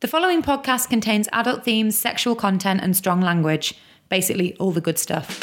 The following podcast contains adult themes, sexual content, and strong language. Basically, all the good stuff.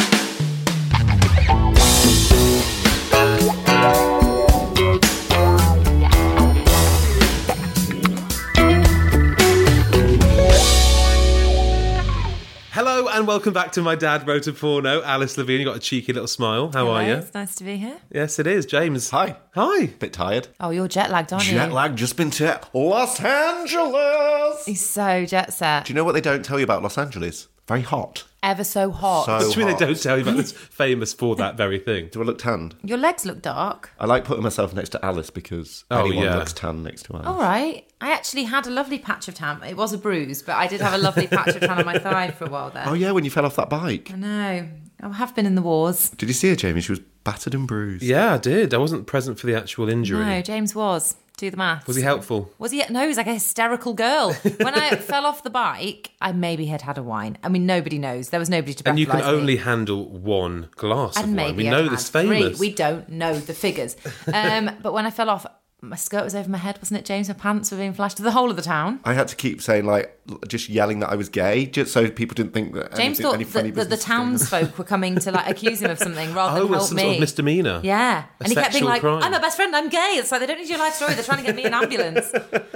Hello and welcome back to My Dad Wrote a Porno. Alice Levine, you got a cheeky little smile. How are you? It's nice to be here. Yes, it is. James. Hi. Hi. Bit tired. Oh, you're jet lagged, aren't Jet you? lag just been to Los Angeles. Do He's so jet set. you know what they don't tell you about Los Angeles? Very hot. Ever so hot. So It's true they hot. don't tell you about this famous for that very thing. Do I look tanned? Your legs look dark. I like putting myself next to Alice because Oh, anyone yeah. looks tan next to Alice. All right. I actually had a lovely patch of tan. It was a bruise, but I did have a lovely patch of tan on my thigh for a while there. Oh yeah, when you fell off that bike. I know. I have been in the wars. Did you see her, Jamie? She was battered and bruised. Yeah, I did. I wasn't present for the actual injury. No, James was. Do the maths. Was he helpful? Was he? No, he was like a hysterical girl. When I fell off the bike, I maybe had had a wine. I mean, nobody knows. There was nobody to. And you can breathalyse me. only handle one glass of and wine. maybe We I'd know had this famous. Three. We don't know the figures. Um, but when I fell off, my skirt was over my head, wasn't it, James? My pants were being flashed to the whole of the town. I had to keep saying like, l- just yelling that I was gay, just so people didn't think that. James anything- thought any funny that, that the business was going on. townsfolk were coming to like accuse him of something oh, rather than it was help some me. sort of misdemeanor. yeah, A and he kept being sexual like, crime. "I'm a best friend. I'm gay." It's like they don't need your life story. They're trying to get me an ambulance.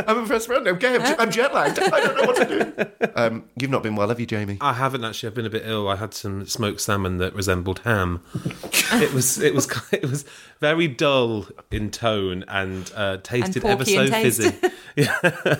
I'm a first friend. I'm gay. I'm, j- I'm jet lagged. I don't know what to do. Um, you've not been well, have you, Jamie? I haven't actually. I've been a bit ill. I had some smoked salmon that resembled ham. it was it was it was very dull in tone and uh, tasted ever porky so in taste. fizzy.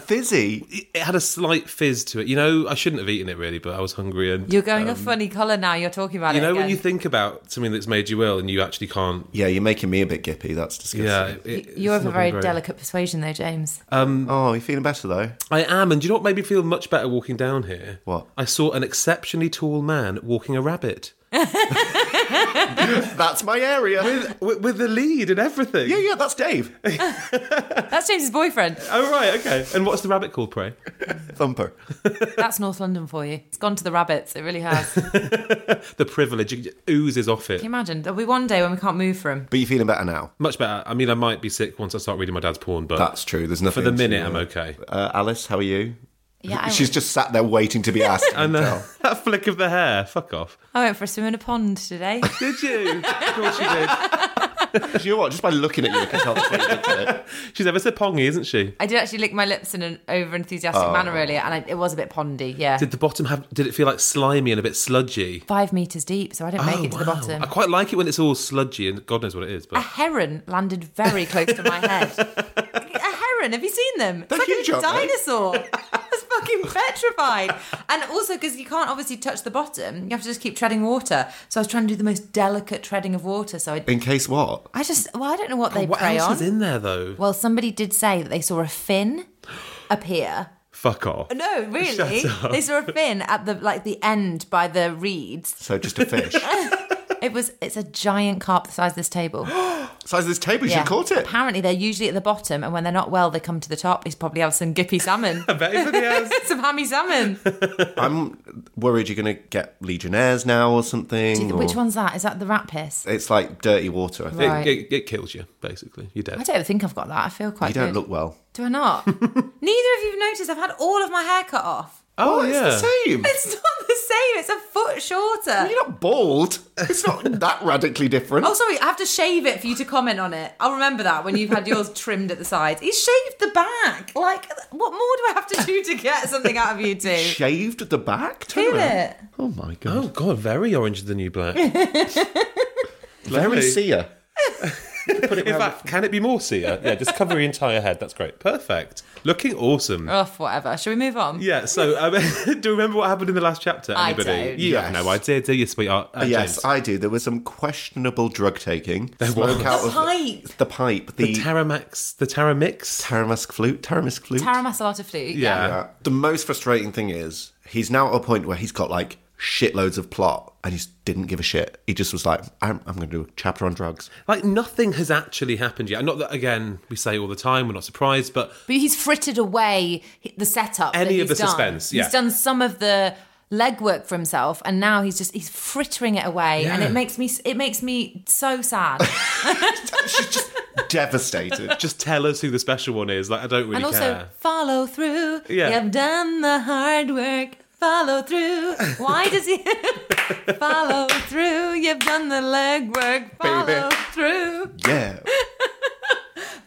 Fizzy. it it had a slight fizz to it. You know, I shouldn't have eaten it really, but I was hungry and You're going a funny colour now. You're talking about Um, you it. know when again. you think about something that's made you ill and you actually can't. Yeah, you're making me a bit gippy. That's disgusting. Yeah, it- it's you're of a not very, been delicate persuasion, though, James. Oh, you're feeling better though. I am, and do you know what made me feel much better walking down here? What? I saw an exceptionally tall man walking a rabbit That's my area. with, with the lead and everything. yeah, yeah, that's Dave. That's James's boyfriend. Oh right, okay. And what's the rabbit called, pray? Thumper. That's North London for you. It's gone to the rabbits. It really has. Can The privilege it oozes off it. you imagine? There'll be one day when we can't move for him. But you're feeling better now. Much better. I mean, I might be sick once I start reading my dad's porn, but That's true. There's for nothing. the to- minute, I'm okay. Uh, Alice, how are you? Yeah, I She's went- just sat there waiting to be asked. I And can uh, tell. that flick of the hair, fuck off. I went for a swim in a pond today. Did you? of course you did. Do you know what? Just by looking at you, I can tell. that's what you did today. She's ever so pongy, isn't she? I did actually lick my lips in an over enthusiastic manner earlier, and I, it was a bit pondy. Yeah, Oh. Did the bottom have? Did it feel like slimy and a bit sludgy? five meters deep, so I didn't make Oh, it to the wow. bottom. Ah, I quite like it when it's all sludgy and God knows what it is. A But heron landed very close to my head. a heron? Have you seen them? They're it's like huge, a aren't they? dinosaur. I was fucking petrified. And also because you can't obviously touch the bottom, you have to just keep treading water. So I was trying to do the most delicate treading of water. So I, In case what? I just, well, I don't know what they what prey else on. is in there though? well, somebody did say that they saw a fin appear. Fuck off. No, really. Shut up. They saw a fin at the like the end by the reeds. So just a fish. It was it's a giant carp the size of this table. Size of this table, you should have caught it. Apparently they're usually at the bottom and when they're not well they come to the top. He's probably have some gippy salmon. I bet everybody has. some hammy salmon. I'm worried you're going to get Legionnaires now or something. Do you- or- Which one's that? Is that the rat piss? It's like dirty water, I think. It- Right. it, it kills you basically. You're dead. I don't think I've got that. I feel quite You don't good. look well. Do I not? Neither of you have noticed I've had all of my hair cut off. Oh, it's yeah. the same. It's not the same. It's a foot shorter. You're not bald. It's not that radically different. Oh, sorry, I have to shave it for you to comment on it. I'll remember that when you've had yours trimmed at the sides. He shaved the back. Like, what more do I have to do to get something out of you two? Feel Shaved at the back? Turn around. it. Oh my god. Oh god, very orange is the new black. Very Lovely. seer. Put it back. Can it be more seer? Yeah, just cover your entire head. That's great. Perfect. Looking awesome. Rough, whatever. Shall we move on? Yeah, so um, do you remember what happened in the last chapter, I anybody? don't. You have Yes. no idea, do you, sweetheart? Uh, yes, James. I do. There was some questionable drug taking. There was. The pipe. The pipe. The, the Taramax, the Taramix. Taramask flute. Taramask flute. Taramasata flute. Yeah. Yeah. The most frustrating thing is he's now at a point where he's got like shitloads of plot and he just didn't give a shit. He just was like, I'm, I'm going to do a chapter on drugs. Like nothing has actually happened yet. Not that again we say all the time we're not surprised, but But he's frittered away the setup. that Any of he's the done. suspense, yeah. He's done some of the legwork for himself, and now he's just he's frittering it away, and Yeah. it makes me it makes me so sad. Devastated. just tell us who the special one is. Like I don't really and also care. follow through. Yeah. You've done the hard work. Follow through. Why does he follow through? You've done the legwork. Follow through. yeah.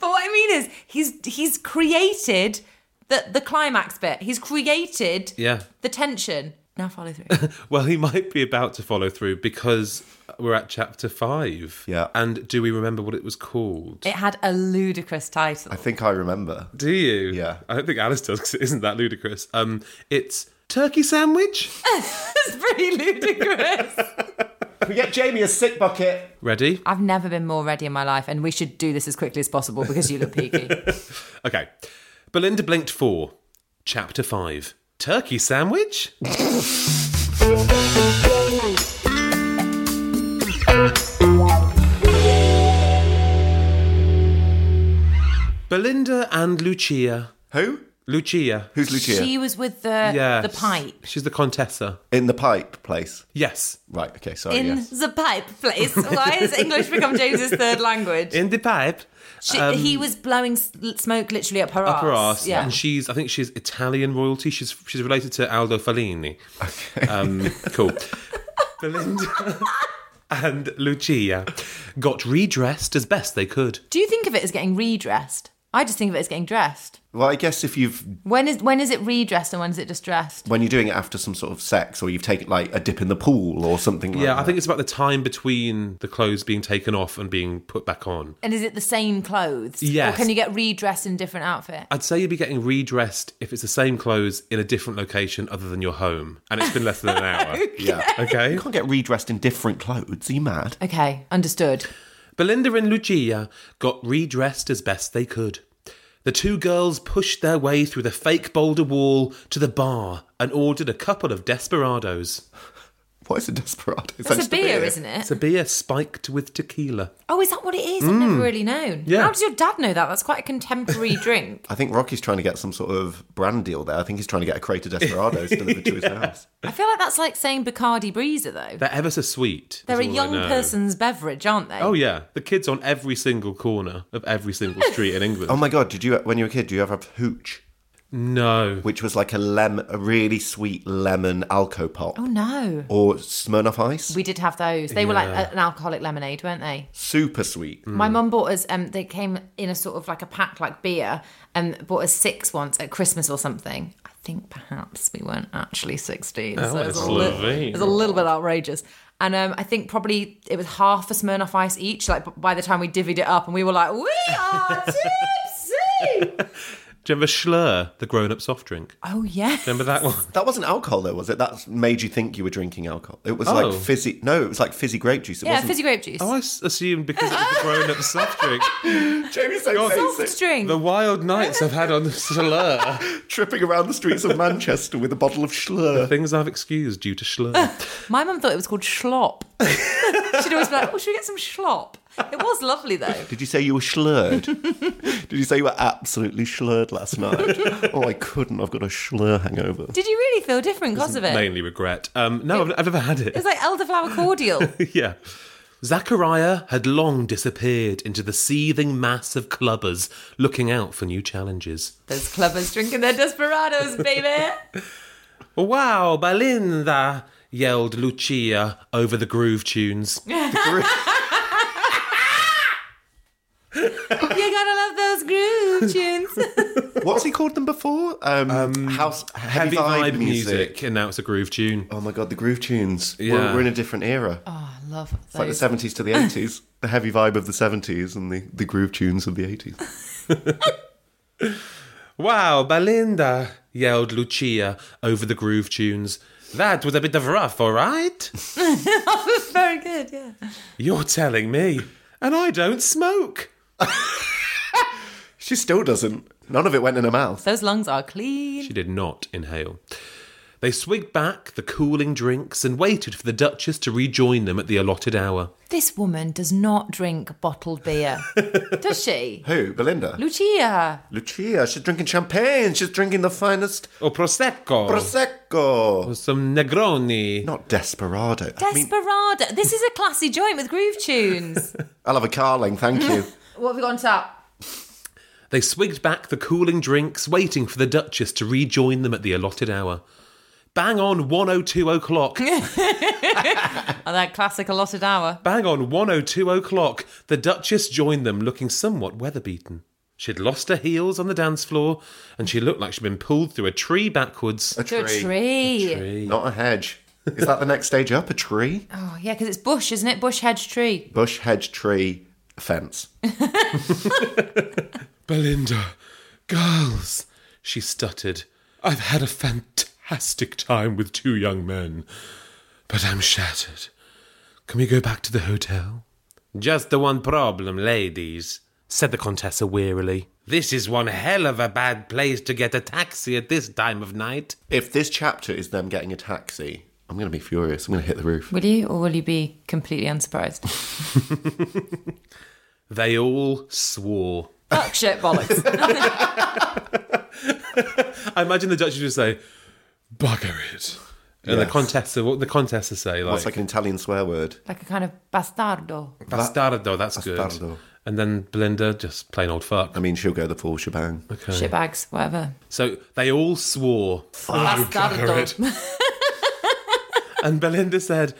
But what I mean is, he's he's created the the climax bit. He's created Yeah. the tension. Now follow through. Well, he might be about to follow through because we're at chapter five. Yeah. And do we remember what it was called? it had a ludicrous title. I think I remember. do you? Yeah. I don't think Alice does because it isn't that ludicrous. Um, it's turkey sandwich. It's pretty ludicrous. We get Jamie a sick bucket. Ready? I've never been more ready in my life, and we should do this as quickly as possible because you look peaky. Okay. Belinda blinked four. Chapter five. Turkey sandwich. Belinda and Lucia. Who? Lucia. Who's Lucia? she was with the Yes. the pipe. She's the Contessa. In the pipe place. Yes. Right, okay, sorry, In yes. the pipe place. Why has English become James's third language? In the pipe. She, he was blowing s- smoke literally up her um, Up ass. her ass. Yeah. And she's, I think she's Italian royalty. She's she's related to Aldo Fellini. Okay. Um, cool. Belinda and Lucia got redressed as best they could. Do you think of it as getting redressed? I just think of it as getting dressed. Well, I guess if you've When is when is it redressed and when is it just dressed? when you're doing it after some sort of sex or you've taken like a dip in the pool or something like Yeah, I that. think it's about the time between the clothes being taken off and being put back on. And is it the same clothes? Yes. Or can you get redressed in different outfit? I'd say you'd be getting redressed if it's the same clothes in a different location other than your home, and it's been less than an hour. Yeah. Okay. You can't get redressed in different clothes. Are you mad? Okay, understood. Belinda and Lucia got redressed as best they could. The two girls pushed their way through the fake boulder wall to the bar and ordered a couple of desperados. What is a desperado? It's, It's a beer, isn't it? It's a beer spiked with tequila. Oh, is that what it is? I've never really known. Mm. Yeah. How does your dad know that? That's quite a contemporary drink. I think Rocky's trying to get some sort of brand deal there. I think he's trying to get a crate of desperados delivered to his house. I feel like that's like saying Bacardi Breezer though. They're ever so sweet. They're a is all I young know. person's beverage, aren't they? Oh yeah, the kids on every single corner of every single street in England. Oh my god! Did you when you were a kid? Do you ever have hooch, no, which was like a lemon, a really sweet lemon alco pop, Oh no. or Smirnoff Ice? We did have those. They were like a- an alcoholic lemonade, weren't they? Super sweet. Mm. My mum bought us. Um, they came in a sort of like a pack, like beer, and bought us six once at Christmas or something. I think perhaps we weren't actually sixteen. so it was, that's a li- Oh, lovely. it was a little bit outrageous. And um, I think probably it was half a Smirnoff Ice each. Like b- by the time we divvied it up, and we were like, "We are tipsy." do you remember Schlur, the grown-up soft drink? oh yeah. Remember that one? That wasn't alcohol though, was it? That made you think you were drinking alcohol. It was Oh. like fizzy. No, it was like fizzy grape juice. It Yeah, wasn't. fizzy grape juice. Oh, I s- assumed because it was a grown-up soft drink. Jamie's so Soft basic. drink. The wild nights I've had on Schlur. Tripping around the streets of Manchester with a bottle of Schlur. Things I've excused due to Schlur. My mum thought it was called schlop. She'd always be like, "Oh, should we get some schlop?" It was lovely though. Did you say you were slurred? Did you say you were absolutely slurred last night? oh, I couldn't. I've got a slur hangover. Did you really feel different because of it? Mainly regret. Um, no, I've, I've never had it. It's like elderflower cordial. yeah. Zachariah had long disappeared into the seething mass of clubbers looking out for new challenges. There's clubbers drinking their desperados, baby. Oh, Wow, Belinda! yelled Lucia over the groove tunes. You gotta love those groove tunes. What's he called them before? Um, house heavy, Heavy vibe, vibe music. music, and now it's a groove tune. Oh my god, the groove tunes. We're, Yeah. we're in a different era. Oh, I love it's like those. the 70s to the 80s. the heavy vibe of the 70s and the, the groove tunes of the 80s. Wow, Belinda, yelled Lucia over the groove tunes. That was a bit of rough, all right? Very good, yeah. You're telling me. And I don't smoke. She still doesn't. None of it went in her mouth. Those lungs are clean. She did not inhale. They swigged back the cooling drinks and waited for the Duchess to rejoin them at the allotted hour. This woman does not drink bottled beer, does she? Who? Belinda? Lucia. Lucia. She's drinking champagne. She's drinking the finest Or Oh, Prosecco. Prosecco. Some Negroni. Not Desperado. I mean, Desperado. this is a classy joint with groove tunes. I'll have a Carling, thank you. what have we got on tap? They swigged back the cooling drinks, waiting for the Duchess to rejoin them at the allotted hour. Bang on 102 o'clock. Oh, that classic allotted hour. Bang on 102 o'clock, the Duchess joined them, looking somewhat weather beaten. She'd lost her heels on the dance floor, and she looked like she'd been pulled through a tree backwards. A To a tree. tree. Not a hedge. Is that the next stage up? A tree? Oh, yeah, because it's bush, isn't it? Bush hedge tree. Bush, hedge, tree, fence. Belinda, girls, she stuttered. I've had a fantastic time with two young men, but I'm shattered. Can we go back to the hotel? Just the one problem, ladies, said the Contessa wearily. This is one hell of a bad place to get a taxi at this time of night. If this chapter is them getting a taxi, I'm going to be furious. I'm going to hit the roof. Will you, or will you be completely unsurprised? They all swore. Fuck shit bollocks. I imagine the Duchess would say, bugger it. And the Yes. Contessa, what the Contessa say, like, What's like an Italian swear word? like a kind of bastardo. bastardo, that's good. Bastardo. And then Belinda, just plain old fuck. I mean, she'll go the full shebang. Shitbags, whatever. So they all swore. Bastardo. And Belinda said,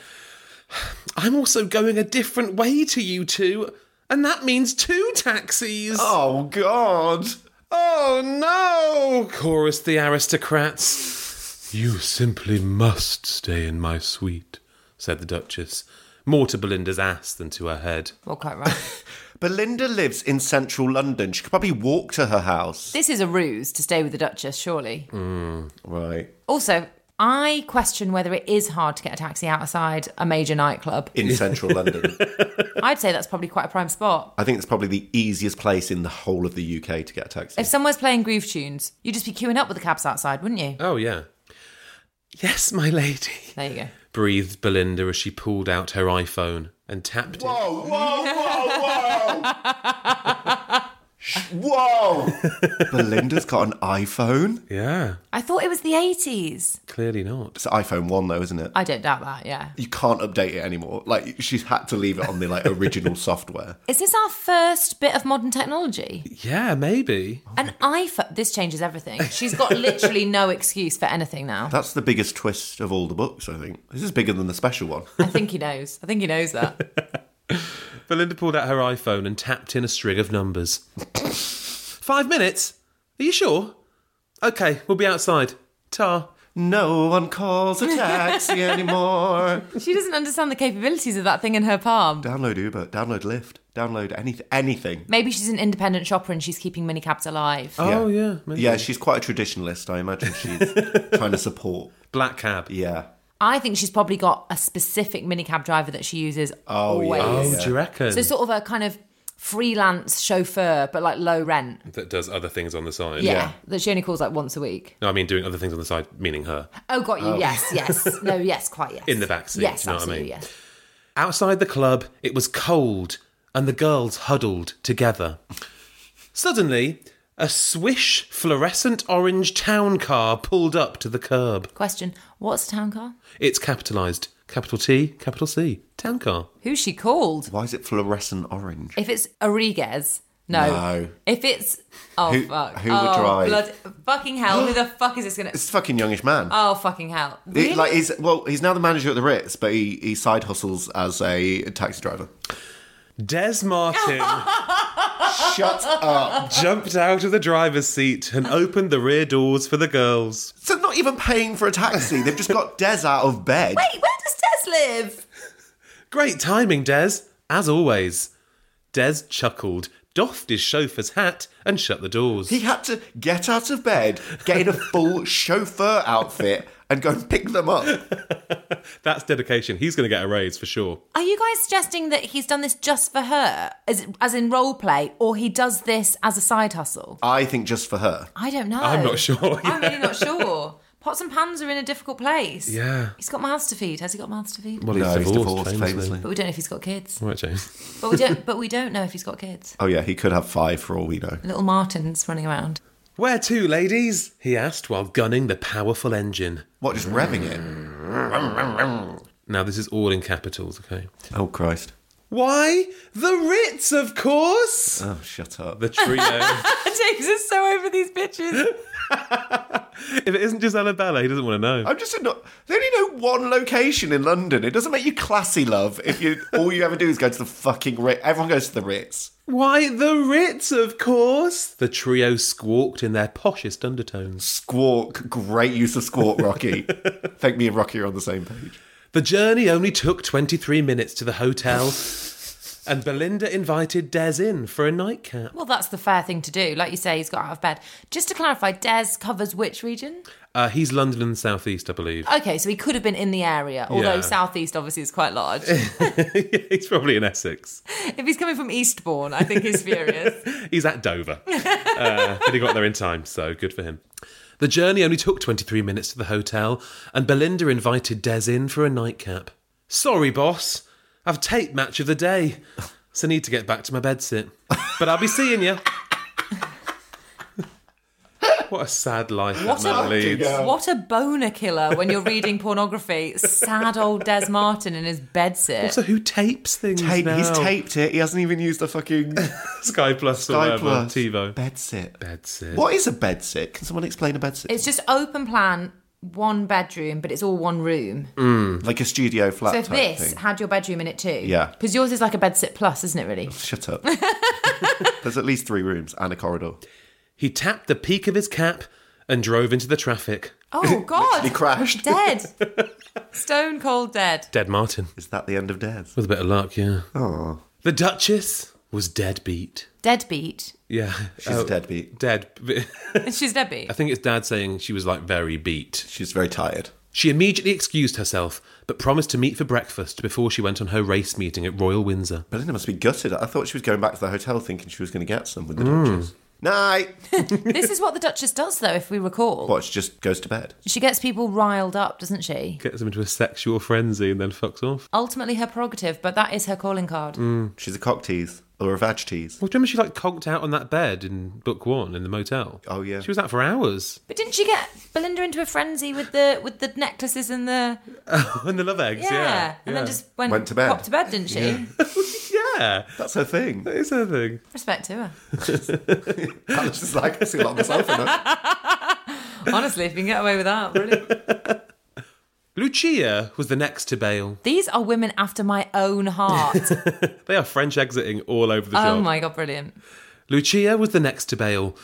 I'm also going a different way to you two. And that means two taxis. Oh, God. Oh no! chorused the aristocrats. You simply must stay in my suite, said the Duchess, more to Belinda's ass than to her head. well, quite right. Belinda lives in central London. She could probably walk to her house. This is a ruse to stay with the Duchess, surely. Right. Also, I question whether it is hard to get a taxi outside a major nightclub. In central London. I'd say that's probably quite a prime spot. I think it's probably the easiest place in the whole of the UK to get a taxi. If someone's playing groove tunes, you'd just be queuing up with the cabs outside, wouldn't you? Oh, yeah. Yes, my lady, There you go. breathed Belinda as she pulled out her iPhone and tapped it. Whoa, whoa, whoa, whoa! Sh- whoa! Belinda's got an iPhone. Yeah, I thought it was the 80s. clearly not. It's iPhone one though, isn't it? I don't doubt that, yeah. You can't update it anymore. Like she's had to leave it on the like original software. Is this our first bit of modern technology? Yeah, maybe. An iPhone. This changes everything. She's got literally no excuse for anything now. That's the biggest twist of all the books, I think. This is bigger than the special one. I think he knows. I think he knows that. Belinda pulled out her iPhone and tapped in a string of numbers. Five minutes? Are you sure? Okay, we'll be outside. Tar. No one calls a taxi anymore. She doesn't understand the capabilities of that thing in her palm. download Uber, download Lyft, download anything anything. Maybe she's an independent shopper and she's keeping minicabs alive. Oh, yeah. maybe. Yeah, she's quite a traditionalist. I imagine she's trying to support. Black cab. Yeah. I think she's probably got a specific minicab driver that she uses always. Oh, do you reckon? So sort of a kind of freelance chauffeur, but like low rent. that does other things on the side. Yeah, Yeah. that she only calls like once a week. No, I mean doing other things on the side, meaning her. Oh, got you. Yes, yes. No, yes, quite yes. In the backseat, Yes, you know what I absolutely. mean? Yes. Outside the club, it was cold, and the girls huddled together. Suddenly, a swish fluorescent orange town car pulled up to the curb. Question: What's a town car? It's capitalised. Capital T, capital C. Town car. Who's she called? Why is it fluorescent orange? If it's Arriguez, no. No. If it's oh Who- fuck, who would oh, drive? blood- fucking hell! who the fuck is this gonna? It's a fucking youngish man. Oh fucking hell! He- Really? like he's well, he's now the manager at the Ritz, but he, he side hustles as a taxi driver. Des Martin Shut up! jumped out of the driver's seat and opened the rear doors for the girls. So not even paying for a taxi. They've just got Des out of bed. Wait, where does Des live? Great timing, Des, as always. Des chuckled, doffed his chauffeur's hat, and shut the doors. He had to get out of bed, get in a full chauffeur outfit, and go and pick them up. That's dedication. He's going to get a raise for sure. Are you guys suggesting that he's done this just for her, as, as in role play, or he does this as a side hustle? I think just for her. I don't know. I'm not sure. I'm really not sure. Pots and pans are in a difficult place. Yeah. He's got mouths to feed. Has he got mouths to feed? Well, No, he's divorced, famously. famously. But we don't know if he's got kids. Right, James. But we don't. But we don't know if he's got kids. Oh yeah, he could have five for all we know. Little Martin's running around. Where to, ladies? He asked while gunning the powerful engine. What, just revving it? Now, this is all in capitals, okay? Oh Christ. Why? The Ritz, of course! Oh, shut up. Uh, The trio. James is so over these bitches. if it isn't Gisella Bella, he doesn't want to know. I'm just not. They only know one location in London. It doesn't make you classy, love. If you all you ever do is go to the fucking Ritz. Everyone goes to the Ritz. Why, the Ritz, of course! The trio squawked in their poshest undertones. Squawk. Great use of squawk, Rocky. Think me and Rocky are on the same page. The journey only took 23 minutes to the hotel, and Belinda invited Des in for a nightcap. Well, that's the fair thing to do. Like you say, he's got out of bed. Just to clarify, Des covers which region? Uh, he's London and South East, I believe. Okay, so he could have been in the area, although Yeah. southeast obviously is quite large. if he's probably in Essex. he's coming from Eastbourne, I think he's furious. He's at Dover. Uh, but he got there in time, so good for him. The journey only took 23 minutes to the hotel, and Belinda invited Des in for a nightcap. Sorry, boss. I've tape match of the day, so need to get back to my bedsit. But I'll be seeing you. what a sad life What that man a- leads. what a boner killer when you're reading pornography. Sad old Des Martin in his bedsit. So who tapes things Tape, now? he's taped it. He hasn't even used the fucking Sky Plus or Sky whatever, Plus TiVo. bed sit. Bedsit. What is a bed sit? Can someone explain a bed sit? It's just open plan, one bedroom, but it's all one room. like a studio flat So if type this thing. had your bedroom in it too, Yeah. because yours is like a bedsit plus, isn't it? Really, Shut up. There's at least three rooms and a corridor. He tapped the peak of his cap and drove into the traffic. Oh God! He crashed. Dead. Stone cold dead. Dead Martin. Is that the end of Des? With a bit of luck, yeah. The Duchess was deadbeat. Deadbeat. Yeah. Oh. She's a deadbeat. Dead. She's deadbeat. I think it's dad saying she was like very beat. She's very tired. She immediately excused herself, but promised to meet for breakfast before she went on her race meeting at Royal Windsor. Belinda must be gutted. I thought she was going back to the hotel thinking she was going to get some with the Duchess. Night. This is what the Duchess does, though, if we recall. What? She just goes to bed. She gets people riled up, doesn't she? Gets them into a sexual frenzy and then fucks off. Ultimately, her prerogative, but that is her calling card. She's a cock tease or a vag tease. Well, do you remember she like conked out on that bed in book one in the motel? Oh, yeah. She was out for hours. But didn't she get Belinda into a frenzy with the with the necklaces and the and the love eggs, yeah, yeah. yeah. and then just went, Went to bed. popped to bed, didn't she? Yeah. That's her thing. It's her thing. Respect to her. Alex is like, I see a lot of myself in her. Honestly, if you can get away with that, brilliant. Lucia was the next to bail. These are women after my own heart. They are French exiting all over the shop. oh my god, brilliant. Lucia was the next to bail,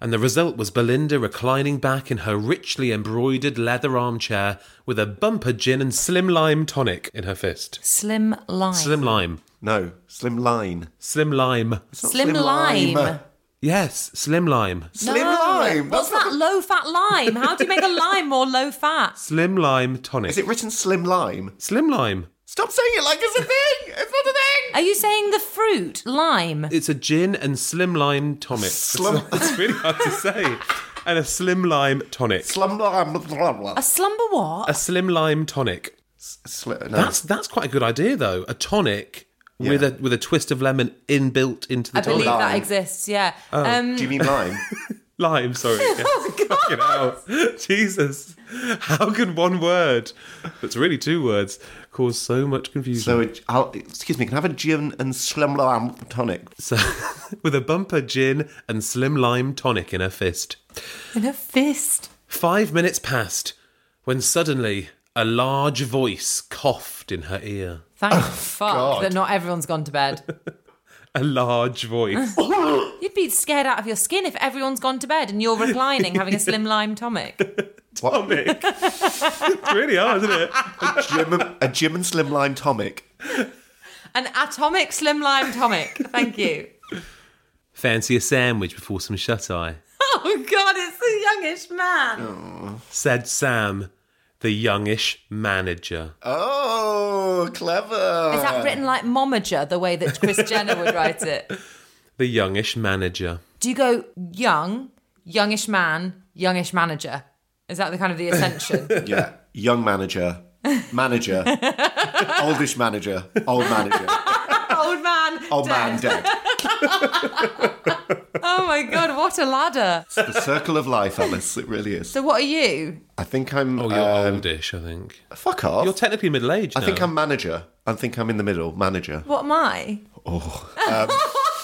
and the result was Belinda reclining back in her richly embroidered leather armchair with a bumper gin and slim lime tonic in her fist. Slim line. Slim lime. No, slim line. Slim lime. It's not Slim lime. Yes, slim lime. Slim lime. What's That's that not- low fat lime? How do you make a lime more low fat? Slim lime tonic. Is it written slim lime? slim lime. Stop saying it like it's a thing. It's not a thing. Are you saying the fruit lime? It's a gin and slim lime tonic. Slum- It's really hard to say. And a slim lime tonic. Slum lime. Blah, blah, blah. A slumber what? a slim lime tonic. Sli- no. That's that's quite a good idea though. A tonic with a with a twist of lemon inbuilt into the I tonic. believe that lime. exists. Yeah. Oh, Um, Do you mean lime? Lime, sorry. oh Fucking God. hell. Jesus. How can one word, that's really two words, cause so much so, confusion? it, I'll, excuse me, can I have a gin and slim lime tonic? So, with a bumper gin and slim lime tonic in her fist. In a fist. Five minutes passed when suddenly a large voice coughed in her ear. Thank fuck Oh, God. that not everyone's gone to bed. A large voice. You'd be scared out of your skin if everyone's gone to bed and you're reclining having a slim lime tonic. tonic. it's really hard, isn't it? Jim, a Jim and Slimline tonic. An atomic slimline tonic. Thank you. Fancy a sandwich before some shut eye, Oh God, it's the youngish man. said Sam, the youngish manager. Oh, clever. Is that written like momager, the way that Chris Jenner would write it? The youngish manager. Do you go young, youngish man, youngish manager? Is that the kind of the ascension? Yeah. Young manager, manager, oldish manager, old manager, Old man. old dead. man dead. Oh my God, what a ladder. It's the circle of life, Alice. It really is. So what are you? I think I'm. Oh, you're um, oldish, I think. Fuck off. You're technically middle aged. I think I'm manager. I think I'm in the middle, manager. What am I?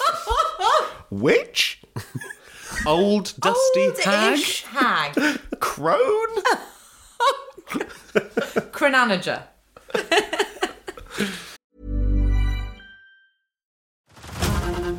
Which? old, dusty hag. Oldish hag. Crone? Cronager.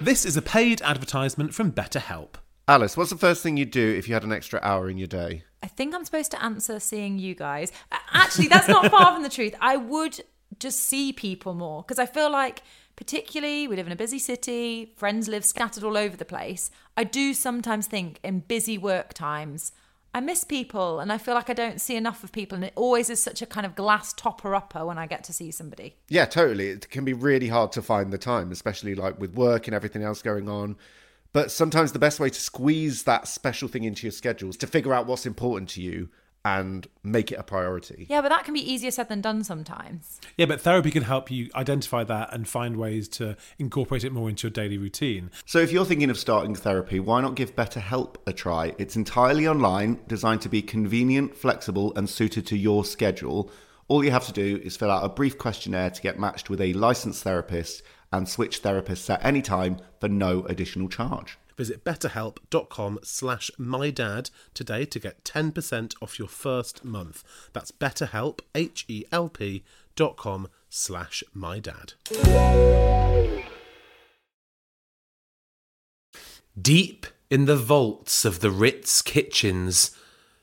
This is a paid advertisement from BetterHelp. Alice, what's the first thing you'd do if you had an extra hour in your day? I think I'm supposed to answer seeing you guys. Uh, Actually, that's not far from the truth. I would just see people more because I feel like, particularly, we live in a busy city, friends live scattered all over the place. I do sometimes think in busy work times, I miss people and I feel like I don't see enough of people. And it always is such a kind of glass topper upper when I get to see somebody. Yeah, totally. It can be really hard to find the time, especially like with work and everything else going on. But sometimes the best way to squeeze that special thing into your schedule is to figure out what's important to you and make it a priority. Yeah, but that can be easier said than done sometimes. Yeah, but therapy can help you identify that and find ways to incorporate it more into your daily routine. So if you're thinking of starting therapy, why not give BetterHelp a try? It's entirely online, designed to be convenient, flexible, and suited to your schedule. All you have to do is fill out a brief questionnaire to get matched with a licensed therapist and switch therapists at any time for no additional charge. Visit betterhelp.com slash mydad today to get 10% off your first month. That's betterhelp, E H-E-L-P dot com slash mydad. Deep in the vaults of the Ritz kitchens,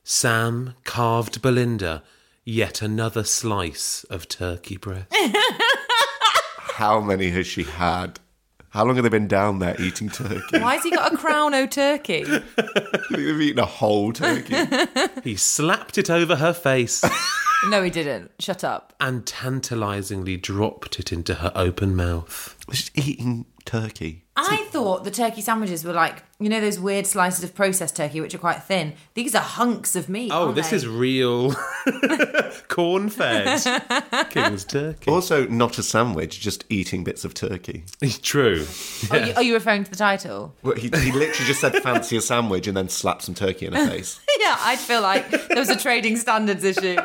Sam carved Belinda yet another slice of turkey breast. How many has she had? How long have they been down there eating turkey? Why's he got a crown o' turkey? They've eaten a whole turkey. he slapped it over her face No, he didn't. Shut up. and tantalizingly dropped it into her open mouth. She's eating turkey. I thought the turkey sandwiches were like, you know, those weird slices of processed turkey which are quite thin. These are hunks of meat. Oh, aren't this they? is real corn fed King's turkey. Also, not a sandwich, just eating bits of turkey. True. Are you, are you referring to the title? Well, he, he literally just said fancy a sandwich and then slapped some turkey in her face. yeah, I feel like there was a trading standards issue.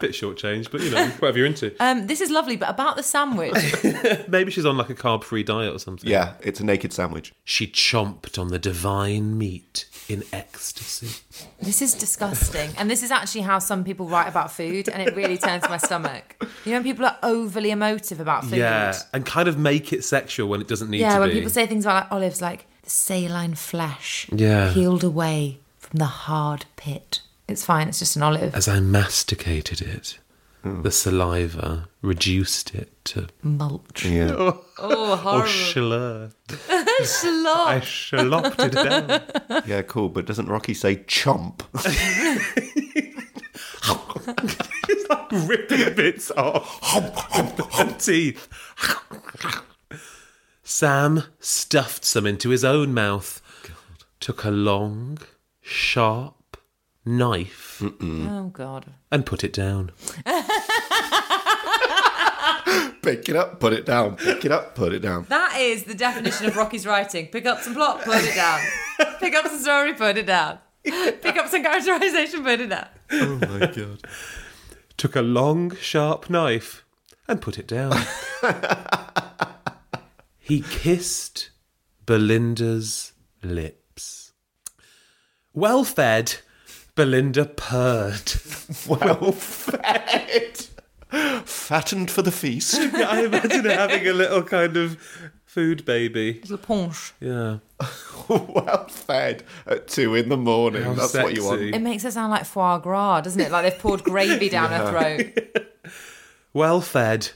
Bit shortchanged, but you know, whatever you're into. Um, this is lovely, but about the sandwich, Maybe she's on like a carb free diet or something. Yeah, it's a naked sandwich. She chomped on the divine meat in ecstasy. this is disgusting. And this is actually how some people write about food, and it really turns my stomach. You know, when people are overly emotive about food. Yeah, and kind of make it sexual when it doesn't need Yeah, to when be. people say things about like olives, like the saline flesh Yeah. peeled away from the hard pit. It's fine, it's just an olive. As I masticated it, the saliva reduced it to Mulch. Yeah. Oh, horrible. schlur. Slop. I schlopped it down. Yeah, cool. But doesn't Rocky say chomp? it's like ripping bits off teeth. Sam stuffed some into his own mouth, took a long, sharp knife Oh God. and put it down. Pick it up, put it down. Pick it up, put it down. That is the definition of Rocky's writing. Pick up some plot, put it down. Pick up some story, put it down. Pick up some characterization, put it down. Oh my god. took a long, sharp knife and put it down. he kissed Belinda's lips. Well fed, Belinda purred. Well fed. Fattened for the feast. I imagine her having a little kind of food baby. Little paunch. Yeah. well fed at two in the morning. How That's what you sexy. want. It makes it sound like foie gras, doesn't it? Like they've poured gravy down her throat. Well fed,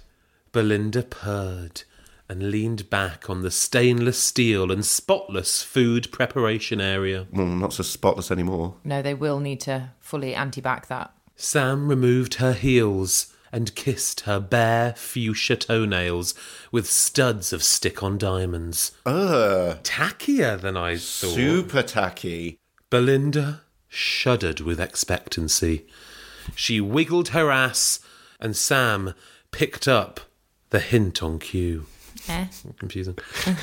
Belinda purred and leaned back on the stainless steel and spotless food preparation area. Well, not so spotless anymore. No, they will need to fully anti-back that. Sam removed her heels and kissed her bare fuchsia toenails with studs of stick on diamonds. Ugh. Tackier than I thought. Super tacky. Belinda shuddered with expectancy. She wiggled her ass, and Sam picked up the hint on cue. Eh? Confusing.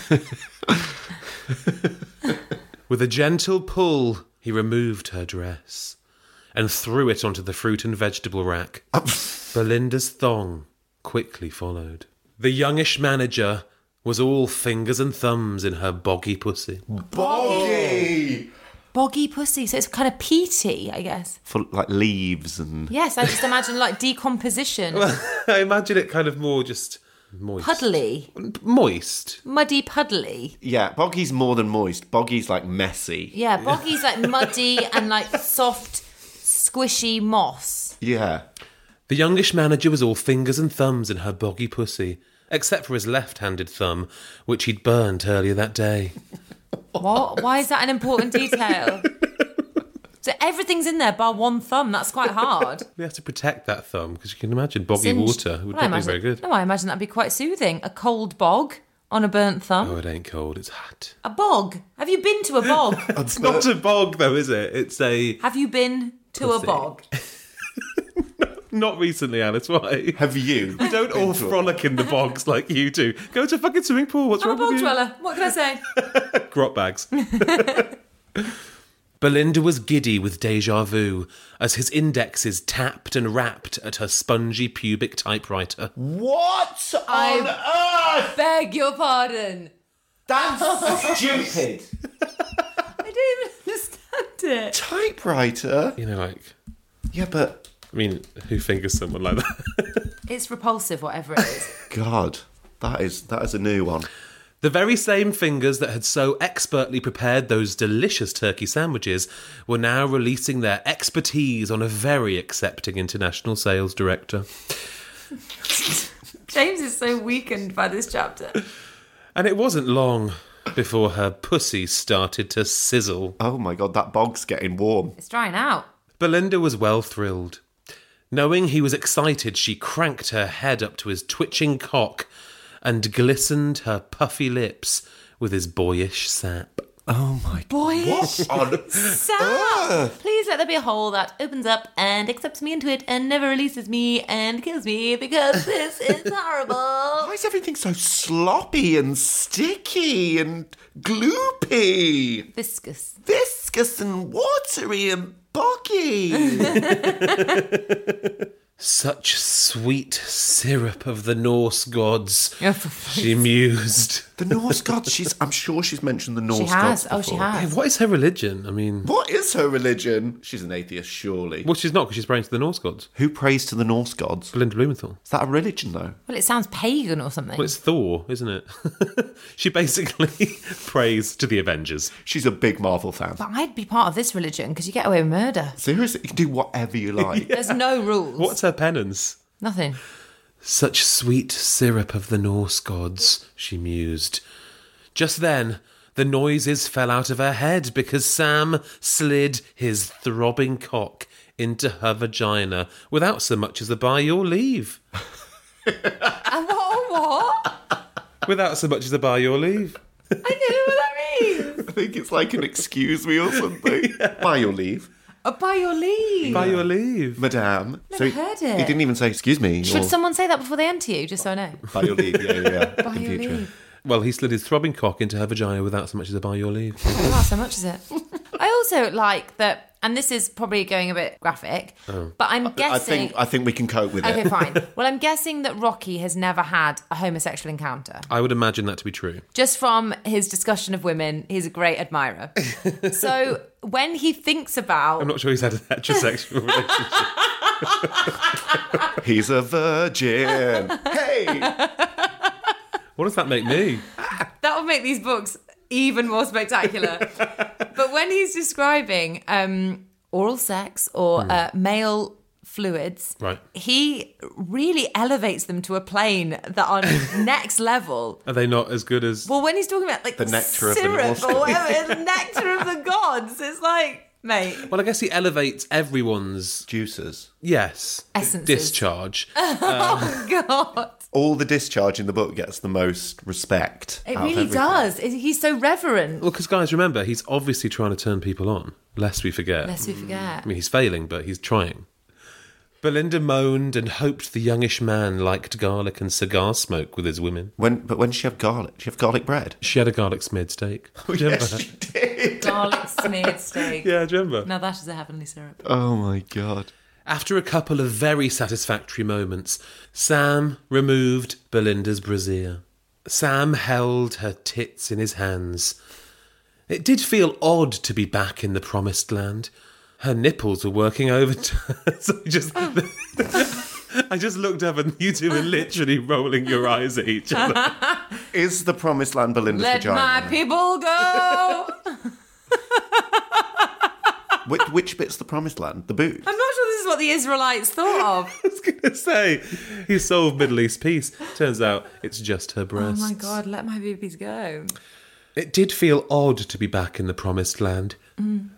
with a gentle pull, he removed her dress and threw it onto the fruit and vegetable rack. Belinda's thong quickly followed. The youngish manager was all fingers and thumbs in her boggy pussy. Boggy. Boggy pussy, so it's kind of peaty, I guess. For like leaves and. Yes, I just imagine like decomposition, I imagine it kind of more just moist. puddly, Moist. muddy, puddly. Yeah, boggy's more than moist. Boggy's like messy. Yeah, boggy's like muddy and like soft, squishy moss. Yeah. The youngish manager was all fingers and thumbs in her boggy pussy, except for his left handed thumb, which he'd burnt earlier that day. What? Why is that an important detail? So everything's in there bar one thumb. That's quite hard. We have to protect that thumb because you can imagine boggy Singed. water would Well, I not be very imagine- Oh. good. No, I imagine that'd be quite soothing. A cold bog on a burnt thumb. Oh, it ain't cold, it's hot. A bog. Have you been to a bog? It's not a bog, though, is it? It's a. Have you been to a bog? Not recently, Alice. Why? Have you? We don't all frolic in the bogs like you do. Go to a fucking swimming pool. What's I'm a wrong bog with you? dweller. What can I say? grot bags. Belinda was giddy with deja vu as his indexes tapped and rapped at her spongy pubic typewriter. What on earth? Beg your pardon. That's stupid. I don't even understand it. Typewriter. You know, like, Yeah, but I mean, who fingers someone like that? It's repulsive, whatever it is. God, that is that is a new one. The very same fingers that had so expertly prepared those delicious turkey sandwiches were now releasing their expertise on a very accepting international sales director. James is so weakened by this chapter. And it wasn't long before her pussy started to sizzle. Oh my God, that bog's getting warm. It's drying out. Belinda was well thrilled. Knowing he was excited, she cranked her head up to his twitching cock and glistened her puffy lips with his boyish sap. Oh my Boyish. What on Sam, please let there be a hole that opens up and accepts me into it and never releases me and kills me because this is horrible. Why is everything so sloppy and sticky and gloopy? Viscous. Viscous and watery and boggy. Such sweet syrup of the Norse gods, Yeah, for fuck's she mused. the Norse gods, she's I'm sure she's mentioned the Norse She has. gods. Oh, she before. Hey, has. what is her religion? I mean, What is her religion? She's an atheist, surely. well, she's not because she's praying to the Norse gods. Who prays to the Norse gods? Belinda Blumenthal. Is that a religion though? Well, it sounds pagan or something. Well, it's Thor, isn't it? she basically prays to the Avengers. She's a big Marvel fan. but I'd be part of this religion because you get away with murder. Seriously, you can do whatever you like. There's no rules. What's her penance? Nothing. Such sweet syrup of the Norse gods, she mused. Just then, the noises fell out of her head because Sam slid his throbbing cock into her vagina without so much as a by your leave. And what? What? Without so much as a by your leave. I don't know what that means. I think it's like an excuse me or something. By your leave, Uh, by your leave. By your leave. madame. Never he, heard he it. didn't even say excuse me. Should or, someone say that before they enter you, just so I know? By your leave, yeah, yeah. yeah. By In your future. leave. Well, he slid his throbbing Ah, cock into her vagina without so much as a by your leave. Oh, so much is it? I also like that and this is probably going a bit graphic, but I'm guessing. I think I think we can cope with okay, it. fine. Well, I'm guessing that Rocky has never had a homosexual encounter. I would imagine that to be true. Just from his discussion of women, he's a great admirer. so when he thinks about I'm not sure he's had a heterosexual relationship. He's a virgin. hey, What does that make me? that would make these books even more spectacular. but when he's describing um, oral sex or uh, male fluids, Right. he really elevates them to a plane that are next level. Are they not as good as? Well, when he's talking about like the nectar of the syrup North. or whatever, the nectar of the gods, it's like, mate, Well, I guess he elevates everyone's juicers. yes Essences. discharge. God. All the discharge in the book gets the most respect. It out of really everything. does. It- he's so reverent. Well, because guys, remember he's obviously trying to turn people on. Lest we forget. Lest we I forget. mean, he's failing, but he's trying. Belinda moaned and hoped the youngish man liked garlic and cigar smoke with his women. When, but when did she have garlic? Did she have garlic bread? She had a garlic smeared steak. Do you remember Yes, that? she did. Garlic smeared steak. Oh, Yeah, do you remember? Now that is a heavenly syrup. Oh my god. After a couple of very satisfactory moments, Sam removed Belinda's brassiere. Sam held her tits in his hands. It did feel odd to be back in the promised land. Her nipples were working overtime. so I just, I just looked up, and you two were literally rolling your eyes at each other. Is the promised land Belinda's Let vagina? my people go. which, which bit's the promised land? The boot. I'm not sure this is what the Israelites thought of. I was going to say, he solved Middle East peace. Turns out it's just her breasts. let Oh my boobies go. It did feel odd to be back in the promised land.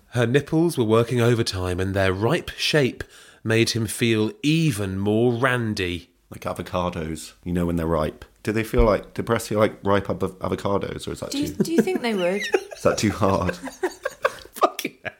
Her nipples were working overtime, and their ripe shape made him feel even more randy. Like avocados, you know when they're ripe. Do they feel like do breasts feel like ripe av- avocados, or is that Do you, too do you think they would? is that too hard? Fucking hell.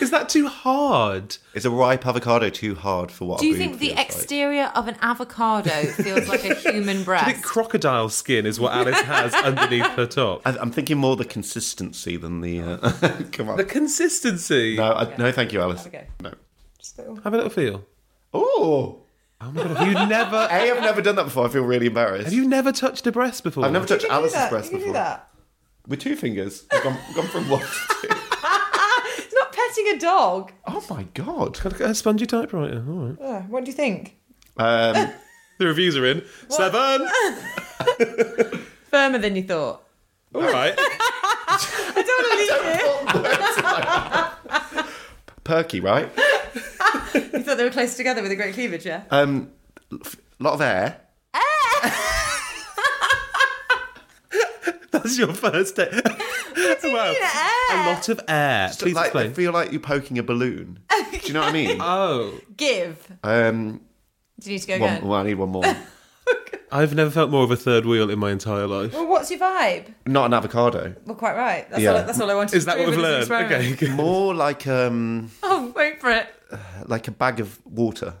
Is that too hard? Is a ripe avocado too hard for what? Do you a boob think the feels like? exterior of an avocado feels like a human I think breast? crocodile skin is what Alice has underneath her top. I, I'm thinking more the consistency than the. Uh, come on. The consistency. no, I, no, thank you, Alice. Okay. No. Have a little feel. Oh, Oh my god, have you never, a. I've never done that before. I feel really embarrassed. have you never touched a breast before? I've never touched Alice's breast before. With two fingers. I've gone, gone from one to two. It's not petting a dog. Uh, Oh my god. Look at her spongy typewriter. All right. what do you think? Um, The reviews are in. Seven. Firmer than you thought. All right. I don't want to leave perky, right? You thought they were close together with a great cleavage, yeah? Um, f- lot of air. That's your first day. wow. Uh, A lot of air. Please like, I explain. feel like you're poking a balloon. Do you know what I mean? Oh, Give. Um, Do you need to go one, again? well, I need one more. I've never felt more of a third wheel in my entire life. Well, what's your vibe? Not an avocado. Well, quite right. That's, Yeah. all, that's all I wanted Is to that do what we've with this learned? experiment. Okay. good. More like um, Oh, wait for it. like a bag of water.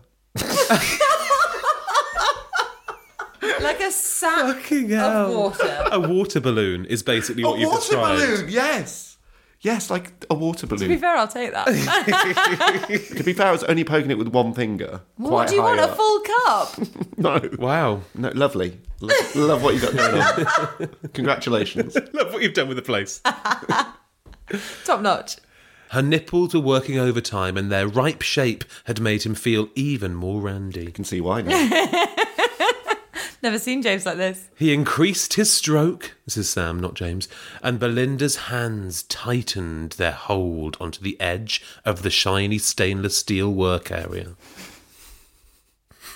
Like a sack Fucking of hell. water. A water balloon is basically what you've described. Yes. Yes, like a water To be balloon. fair, I'll take that. To be fair, I was only poking it with one finger. what quite do you high want? A up. full cup? No. Wow. No, lovely. Lo- love what you got going on. Congratulations. Love what you've done with the place. Top notch. Her nipples were working overtime and their ripe shape had made him feel even more randy. can see why now. Never seen James like this. He increased his stroke, this is Sam, not James, and Belinda's hands tightened their hold onto the edge of the shiny stainless steel work area.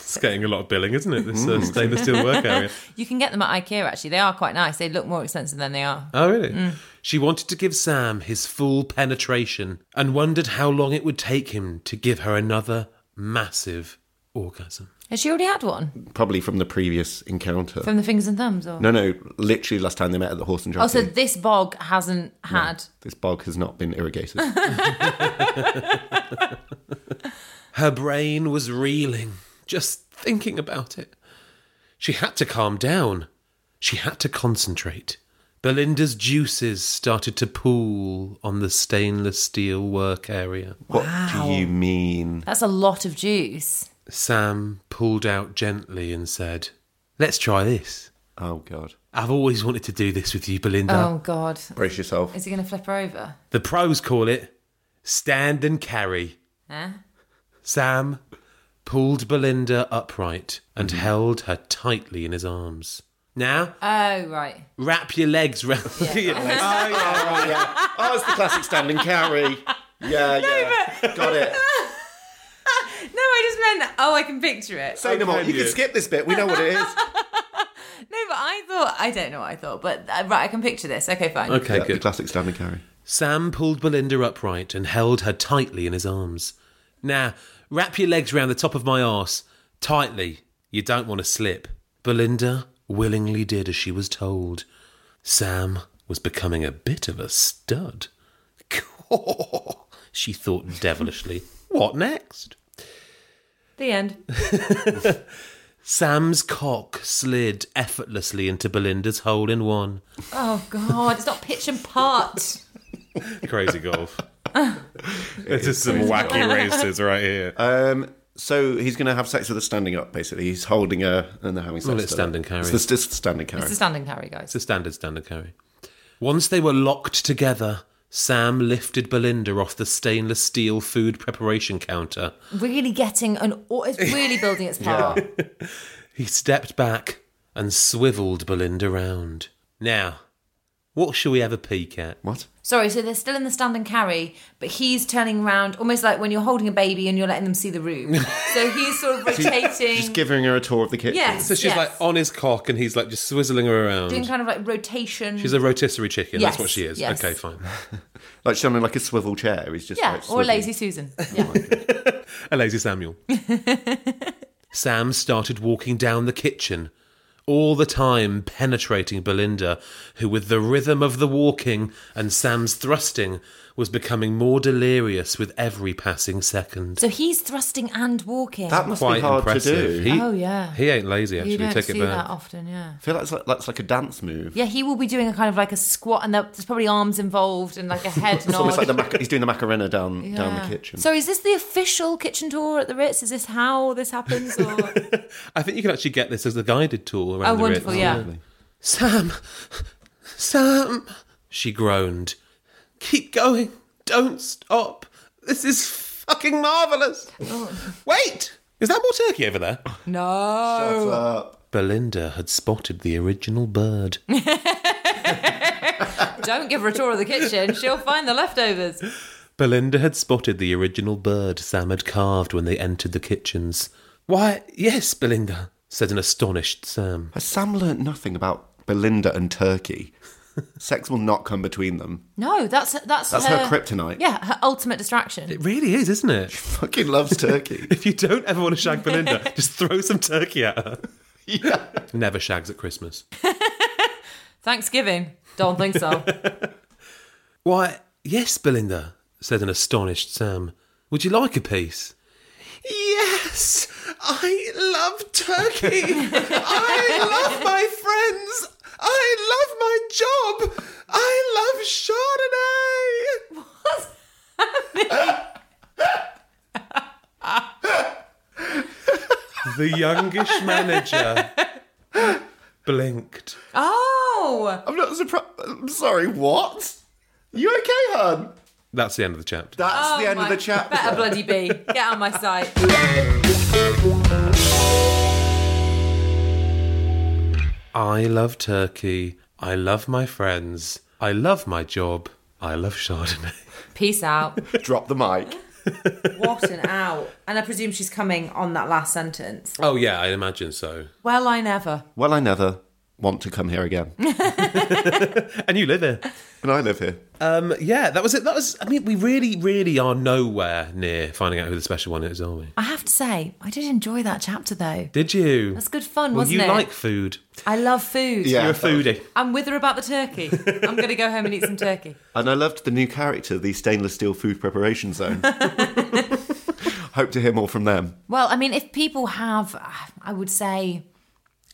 It's getting a lot of billing, isn't it? This uh, stainless steel work area. You can get them at IKEA actually. They are quite nice. They look more expensive than they are. Oh, really? She wanted to give Sam his full penetration and wondered how long it would take him to give her another massive orgasm. Has she already had one Probably from the previous encounter. from the fingers and thumbs? Or No, no, literally last time they met at the horse and jockey. oh, so this bog hasn't had. this bog has not been irrigated. Her brain was reeling just thinking about it. She had to calm down. She had to concentrate. Belinda's juices started to pool on the stainless steel work area. What do you mean? That's a lot of juice. Sam pulled out gently and said, Let's try this. Oh, God. I've always wanted to do this with you, Belinda. Oh God, Brace yourself. is he going to flip her over? The pros call it stand and carry. Eh? Sam pulled Belinda upright and held her tightly in his arms. Now, Oh right. wrap your legs round. Oh, yeah, right, yeah. Oh, it's the classic standing carry. Yeah, yeah. Got it. No, I just meant. Oh, I can picture it. Say no more. You can skip this bit. We know what it is. No, but I thought I don't know what I thought, but uh, right, I can picture this. Okay, fine. okay, Yeah, the good. classic standing carry. Sam pulled Belinda upright and held her tightly in his arms. Now, wrap your legs round the top of my arse tightly. You don't want to slip. Belinda willingly did as she was told. Sam was becoming a bit of a stud. she thought devilishly. What next? The end. Sam's cock slid effortlessly into Belinda's hole in one. Oh God, it's not pitch and part. Crazy golf. This is some wacky races right here. Um, so he's going to have sex with her standing up, basically. He's holding her and they're having sex. Well, it's together. standing carry. It's the, it's the standing carry. It's a standing carry, guys. It's a standard standard carry. Once they were locked together, Sam lifted Belinda off the stainless steel food preparation counter. Really getting an. au- It's really building its power. He stepped back and swiveled Belinda round. Now, what shall we have a peek at? What? Sorry, so they're still in the stand and carry, but he's turning round almost like when you're holding a baby and you're letting them see the room. so he's sort of rotating. Just giving her a tour of the kitchen. yes. So she's yes. like on his cock and he's like just swizzling her doing around. kind of like rotation. She's a rotisserie chicken, Yes, that's what she is. yes. Okay, fine. Like she's on like a swivel chair. He's just yeah, like, or swiveling. lazy Susan. Yeah. A lazy Samuel. Sam started walking down the kitchen, all the time penetrating Belinda, who, with the rhythm of the walking and Sam's thrusting, was becoming more delirious with every passing second. so he's thrusting and walking. That must be hard to do. He, Oh, yeah. He ain't lazy, actually. you don't Take see it that back. often, yeah. I feel like that's like, that's like a dance move. Yeah, he will be doing a kind of like a squat, and there's probably arms involved and like a head It's almost nod. like the maca- he's doing the Macarena down down the Yeah. kitchen. So is this the official kitchen tour at the Ritz? Is this how this happens? Or I think you can actually get this as a guided tour around oh, the wonderful! Ritz. Yeah, Sam! Sam! She groaned. Keep going. Don't stop. This is fucking marvellous. Oh. Wait! Is that more turkey over there? no. Shut up. Belinda had spotted the original bird. Don't give her a tour of the kitchen. She'll find the leftovers. Belinda had spotted the original bird Sam had carved when they entered the kitchens. Why, yes, Belinda, said an astonished Sam. Has Sam learnt nothing about Belinda and Turkey? Sex will not come between them. No, that's that's That's her kryptonite. Yeah, her ultimate distraction. It really is, isn't it? Fucking loves Turkey. If you don't ever want to shag Belinda, just throw some turkey at her. Never shags at Christmas. Thanksgiving. Don't think so. Why, yes, Belinda, said an astonished Sam. Would you like a piece? Yes, I love turkey. I love my friends. I love my job. I love Chardonnay. the youngish manager blinked. oh, I'm not surprised. I'm sorry, what? You okay, hun? That's the end of the chapter. That's Oh the end of the my- chapter. better bloody be. Get on my site. I love turkey. I love my friends. I love my job. I love Chardonnay. Peace out. Drop the mic. What an out. And I presume she's coming on that last sentence. Oh, yeah, I imagine so. Well, I never. Well, I never want to come here again. And you live here. and I live here. Um, yeah, that was it. That was, I mean, we really, really are nowhere near finding out who the special one is, are we? I have to say, I did enjoy that chapter though. Did you? That's good fun, well, wasn't you it? like food. I love food. Yeah. You're a foodie. I'm with her about the turkey. I'm going to go home and eat some turkey. And I loved the new character, the stainless steel food preparation zone. Hope to hear more from them. Well, I mean, if people have, I would say,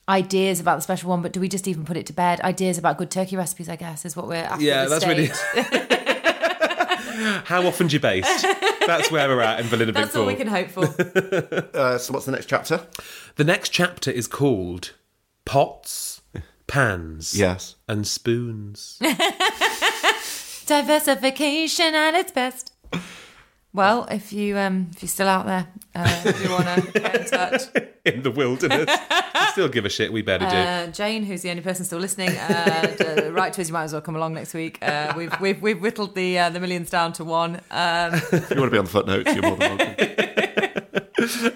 ideas about the special one, but do we just even put it to bed? Ideas about good turkey recipes, I guess, is what we're after. Yeah, at this that's really- stage. How often do you baste? That's where we're at in Valina Big That's all Four. we can hope for. Uh, so, what's the next chapter? The next chapter is called Pots, Pans, Yes. and Spoons. Diversification at its best. Well, if you um, if you're still out there, uh, if you want to get in touch, in the wilderness. We still give a shit, we better do. uh, Jane, who's the only person still listening, uh, d- uh, write to us. You might as well come along next week. Uh, we've, we've we've whittled the uh, the millions down to one. Um, If you want to be on the footnotes, you're more than welcome.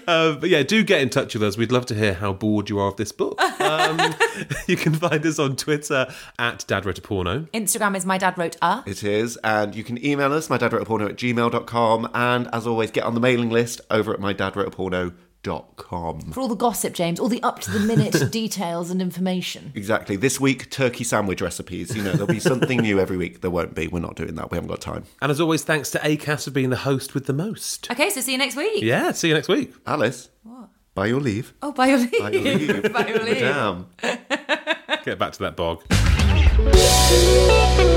Uh, but yeah, do get in touch with us. We'd love to hear how bored you are of this book. Um, you can find us on Twitter at Dad Wrote a Porno. Instagram is my dad wrote a. it is. And you can email us, mydadwroteaporno at gmail.com. And as always, get on the mailing list over at mydadwroteaporno.com. For all the gossip, James, all the up to the minute details and information. Exactly. This week, turkey sandwich recipes. You know, there'll be something new every week. There won't be. We're not doing that. We haven't got time. And as always, thanks to ACAS for being the host with the most. Okay, so see you next week. Yeah, see you next week. Alice, by your leave. Oh, by your leave. By your leave. By your leave. Madame. Get back to that bog. Thank you.